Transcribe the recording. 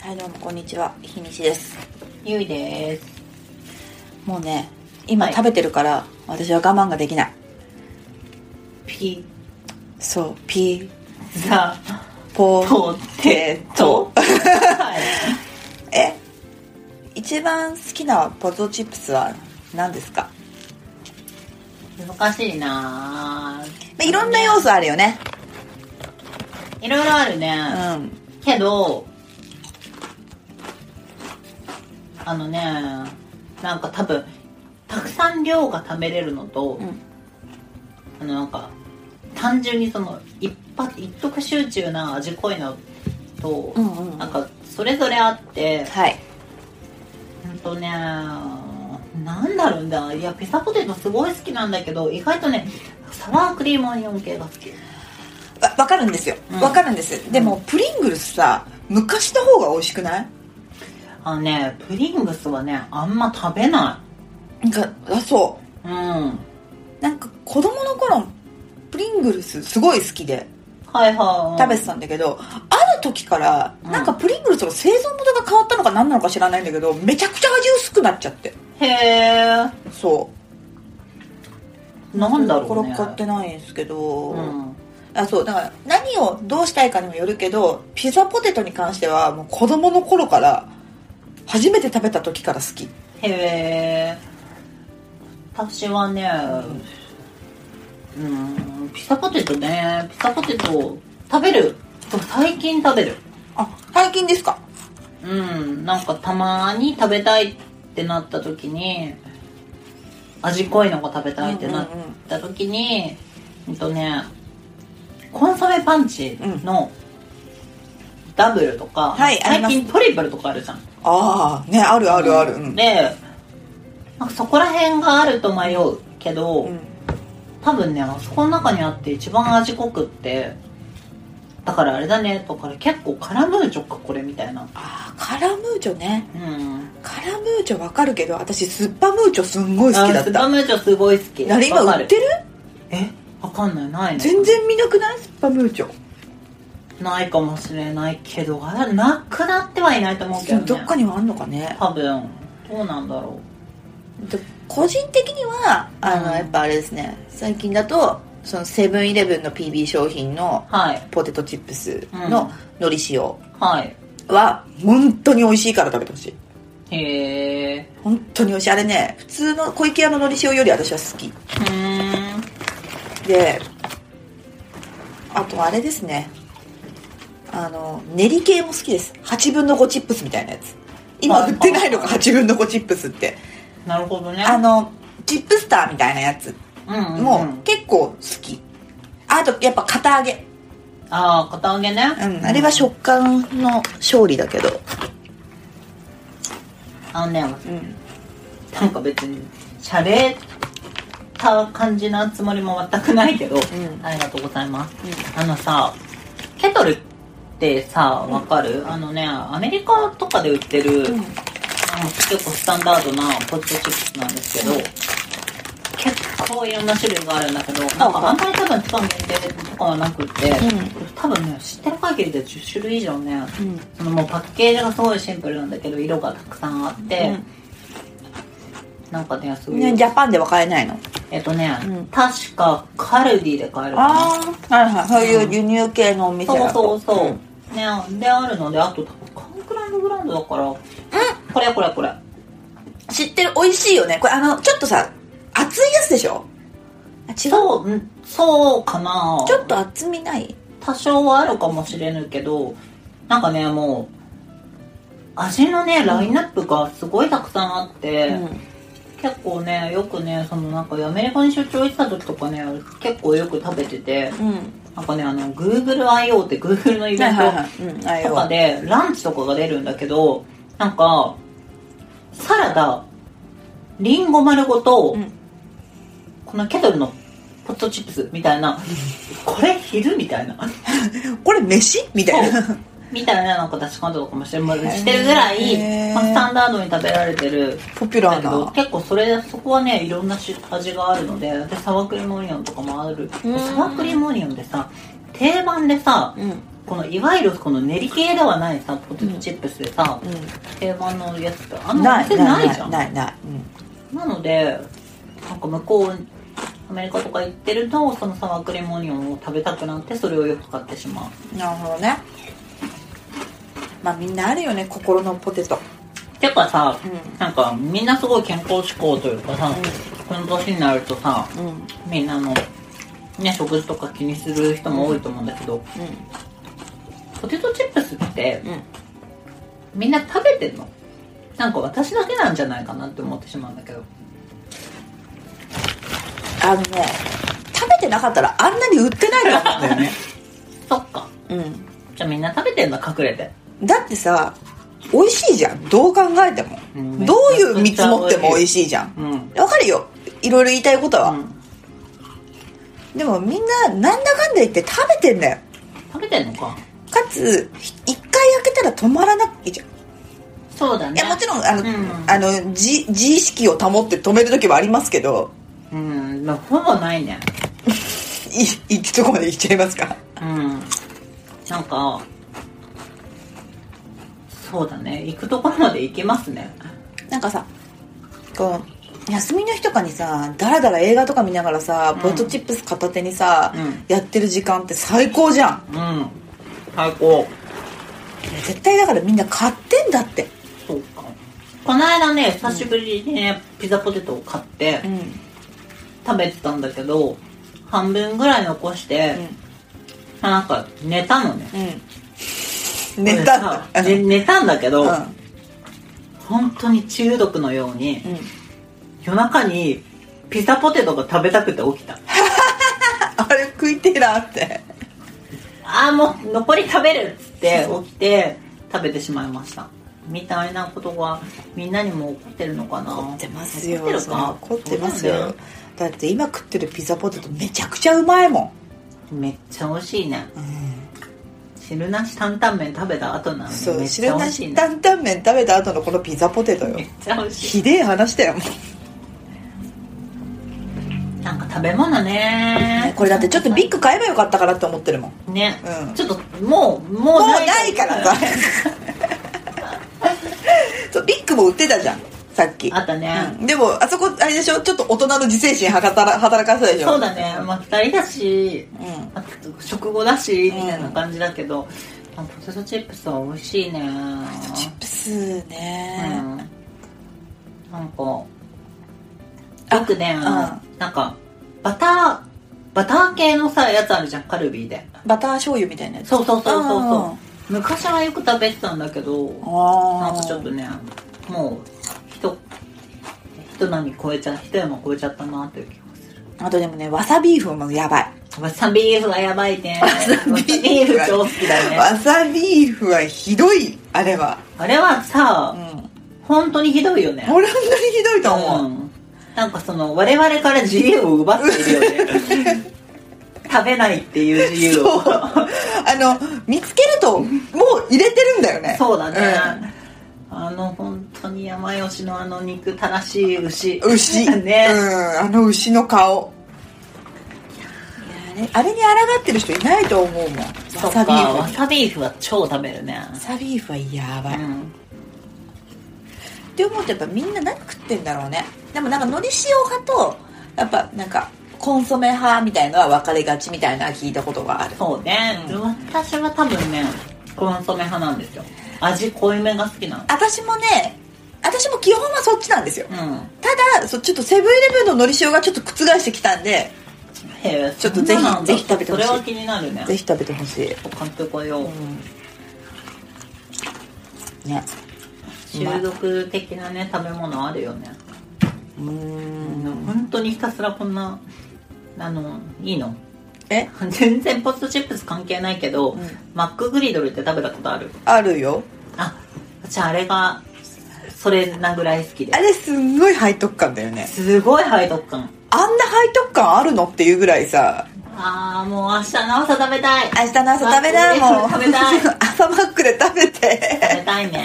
はいどうもこんにちは日にちですゆいです。もうね今はい食べてるから、私は我慢ができないピそうピザポポテト。はい。え一番好きなポテトチップスは何ですか、難しいなぁまあいろんな要素あるよねいろいろあるね。うんけど、あのね、なんか多分、たくさん量が食べれるのと、うんあのなんか、単純にその、一発、一徳集中な味濃いのと、うんうんうんなんか、それぞれあって、はいうんとねなんだろうな、いやピザポテトすごい好きなんだけど意外とねサワークリームオニオン系が好きわ分かるんですようん分かるんです、でもプリングルスさ昔の方が美味しくないあのねプリングスはねあんま食べななんかあそいうんうなんか子供の頃プリングルスすごい好きではいはい食べてたんだけど、ある時からなんかプリングルスの製造元が変わったのか何なのか知らないんだけどめちゃくちゃ味薄くなっちゃってへえそうなんだろうね転がってないんですけど、うんあそうだから何をどうしたいかにもよるけどピザポテトに関してはもう子供の頃から初めて食べた時から好きへえ私はねうんピザポテトねピザポテト食べるそう最近食べるあ最近ですかうんなんかたまに食べたいってなった時に味濃いのが食べたいってなった時にうんとねコンソメパンチのダブルとか、はいあり最ます近トリプルとかあるじゃんああねあるあるあるうん、でなんかそこら辺があると迷うけど、うん多分ねあそこの中にあって一番味濃くってだからあれだねとから結構カラムーチョかこれみたいなああカラムーチョねうんカラムーチョわかるけど私スッパムーチョすんごい好きだあっスパたムーチョすごい好きあれ今わか売ってるえわかんないないね全然見なくないスッパムーチョないかもしれないけどあなくなってはいないと思うけど、ね、どっかにはあんのかね多分どうなんだろで個人的にはあの、うんやっぱあれですね最近だとそのセブンイレブンの PB 商品のうはいポテトチップスうんの海苔塩はいは本当に美味しいから食べてほしいへえ本当に美味しいあれね普通の小池屋の海苔塩より私は好きうーんであとあれですねあの練り系も好きです8分の5チップスみたいなやつ今売ってないのかはい8分の5チップスってなるほどねあのチップスターみたいなやつうんうんうん、もう結構好きあとやっぱ堅揚げ、ああ片揚げね、うん、あれは食感の勝利だけど、あのねうん、なんか別にしゃれた感じなつもりも全くないけど、んありがとうございます、あのさケトルってさわかる、あのねアメリカとかで売ってる、あの結構スタンダードなポテトチップスなんですけど、結構いろんな種類があるんだけどなんかあんまり多分期間限定とかはなくって、う多分ね知ってる限りで10種類以上ねうんそのもうパッケージがすごいシンプルなんだけど色がたくさんあって、なんかねすごい、ねジャパンでは買えないのえっとね、うん確かカルディで買えるかああはいはいそういう輸入系のおな店そうだとそうそう、ねであるのであと多分このくらいのブランドだからうんこれこれこれ知ってる美味しいよねこれあのちょっとさ厚いやつでしょあ違うそううんそうかなちょっと厚みない多少はあるかもしれぬけどなんかねもう味のねラインナップがすごいたくさんあって、結構ねよくねそのなんかアメリカに出張行ってた時とかね結構よく食べててうんなんかねあの GoogleIO って Google のイはいベンはいはトいうんあれとかはでランチとかが出るんだけどなんかサラダリンゴ丸ごと、うんこのケトルのポテトチップスみたい なこれ昼みたいなこれ飯みたいなみたいななんか出し方とかもしてもしてるぐらへーい、まあ、スタンダードに食べられてる ポピュだラーけどな結構それそこはねいろんな種味があるのででサワークリームオニオンとかもあるサワークリームオニオンってさ定番でさうんこのいわゆるこの練り系ではないさポテトチップスでさ、定番のやつってあんまないりなないいなじゃいんないない、うんなのでなんか向こうアメリカとか行ってるとそのサワークリームオニオンを食べたくなってそれをよく買ってしまうなるほどねまあみんなあるよね心のポテトてかさ、うんなんかみんなすごい健康志向というかさ、この年になるとさうんうんみんなのね食事とか気にする人も多いと思うんだけど、ポテトチップスってうんみんな食べてんのなんか私だけなんじゃないかなって思ってしまうんだけどあのね食べてなかったらあんなに売ってないと思うんだよね そっかうじゃあみんな食べてんだ隠れてんだってさ美味しいじゃんどう考えても、うんどういう見積もっても美味しいじゃんうんわかるよいろいろ言いたいことは、うんでもみんななんだかんだ言って食べてんだよ食べてんのかかつひ一回開けたら止まらないじゃんそうだいねやもちろんあの、うんあの自自意識を保って止める時はありますけどうんまあほぼないねいいつとこまで行っちゃいますかうんなんかそうだね行くところまで行けますねなんかさこう休みの日とかにさだらだら映画とか見ながらさ、んポテトチップス片手にさ、うんやってる時間って最高じゃんうん最高いや絶対だからみんな買ってんだってそうかこの間ね久しぶりにね、ピザポテトを買ってうん、食べてたんだけど半分ぐらい残して、なんか寝たのねうん、寝たんだこれさね寝たんだけうど、ん本当に中毒のように、うん夜中にピザポテトが食べたくて起きたあれ食いてえなってああもう残り食べるっつって起きて食べてしまいましたみたいなことがみんなにも起こってるのかな怒ってますよ怒ってるそれはか怒ってますそうだよねだって今食ってるピザポテトめちゃくちゃうまいもめっちゃ美味しいねん、うん、汁なし担々麺食べた後なのそにめうっちゃ汁美な味しいしね担々麺食べた後のこのピザポテトよめっちゃ美味しひでえ話だよもういなんか食べ物ねこれだってちょっとビッグ買えばよかったかなって思ってるもんね、うんちょっともうももううないからさそうビッグも売ってたじゃんさっきあったね、うんでもあそこあれでしょちょっと大人の自制心働か働かせたでしょそうだねまあ2人だしうんあと食後だしみたいな感じだけど、まあポテトチップスは美味しいねチップスね、うんなんかよくね、あなんかバターバター系のさやつあるじゃんカルビーでバター醤油みたいなやつそうそうそうそうあそう昔はよく食べてたんだけどなあんかちょっとねもうひとひと波超えちゃひと山超えちゃったなという気がするあとでもねわさビーフもやばいわさビーフはやばいねわさビーフビーフ超好きだねわさビーフはひどいあれはあれはさ、うん本当にひどいよね俺は本当にひどいと思う、うんなんかその我々から自由を奪っているよね 食べないっていう自由をそうあの見つけるともう入れてるんだよねそうだね、あの本当に山吉のあの肉たらしい牛うん牛、 ね、うんあの牛の顔いやあれあれに抗ってる人いないと思うもんわそっさかビーフわさビーフは超食べるねわさビーフはやばい、うっんて思うとやっぱみんな何食ってんだろうねでもなんか海苔塩派とやっぱなんかコンソメ派みたいのは分かれがちみたいなのは聞いたことがあるそうね、う私は多分ねコンソメ派なんですよ味濃いめが好きなの私もね私も基本はそっちなんですようんただそうちょっとセブンイレブンののり塩がちょっと覆してきたんでへえちょっとぜひそんなのあんだぜひ食べてほしいそれは気になるねぜひ食べてほしい、買ってこよう、うん、ね中毒的なね食べ物あるよねうーん本当にひたすらこんなあのいいの え全然ポテトチップス関係ないけど、んマックグリドルって食べたことあるあるよあ私あれがそれなぐらい好きであれすんごい背徳感だよねすごい背徳感あんな背徳感あるのっていうぐらいさあーもう明日の朝食べたい明日の朝食べなマッもう クグリドル食べたい朝マックで食べて食べたいね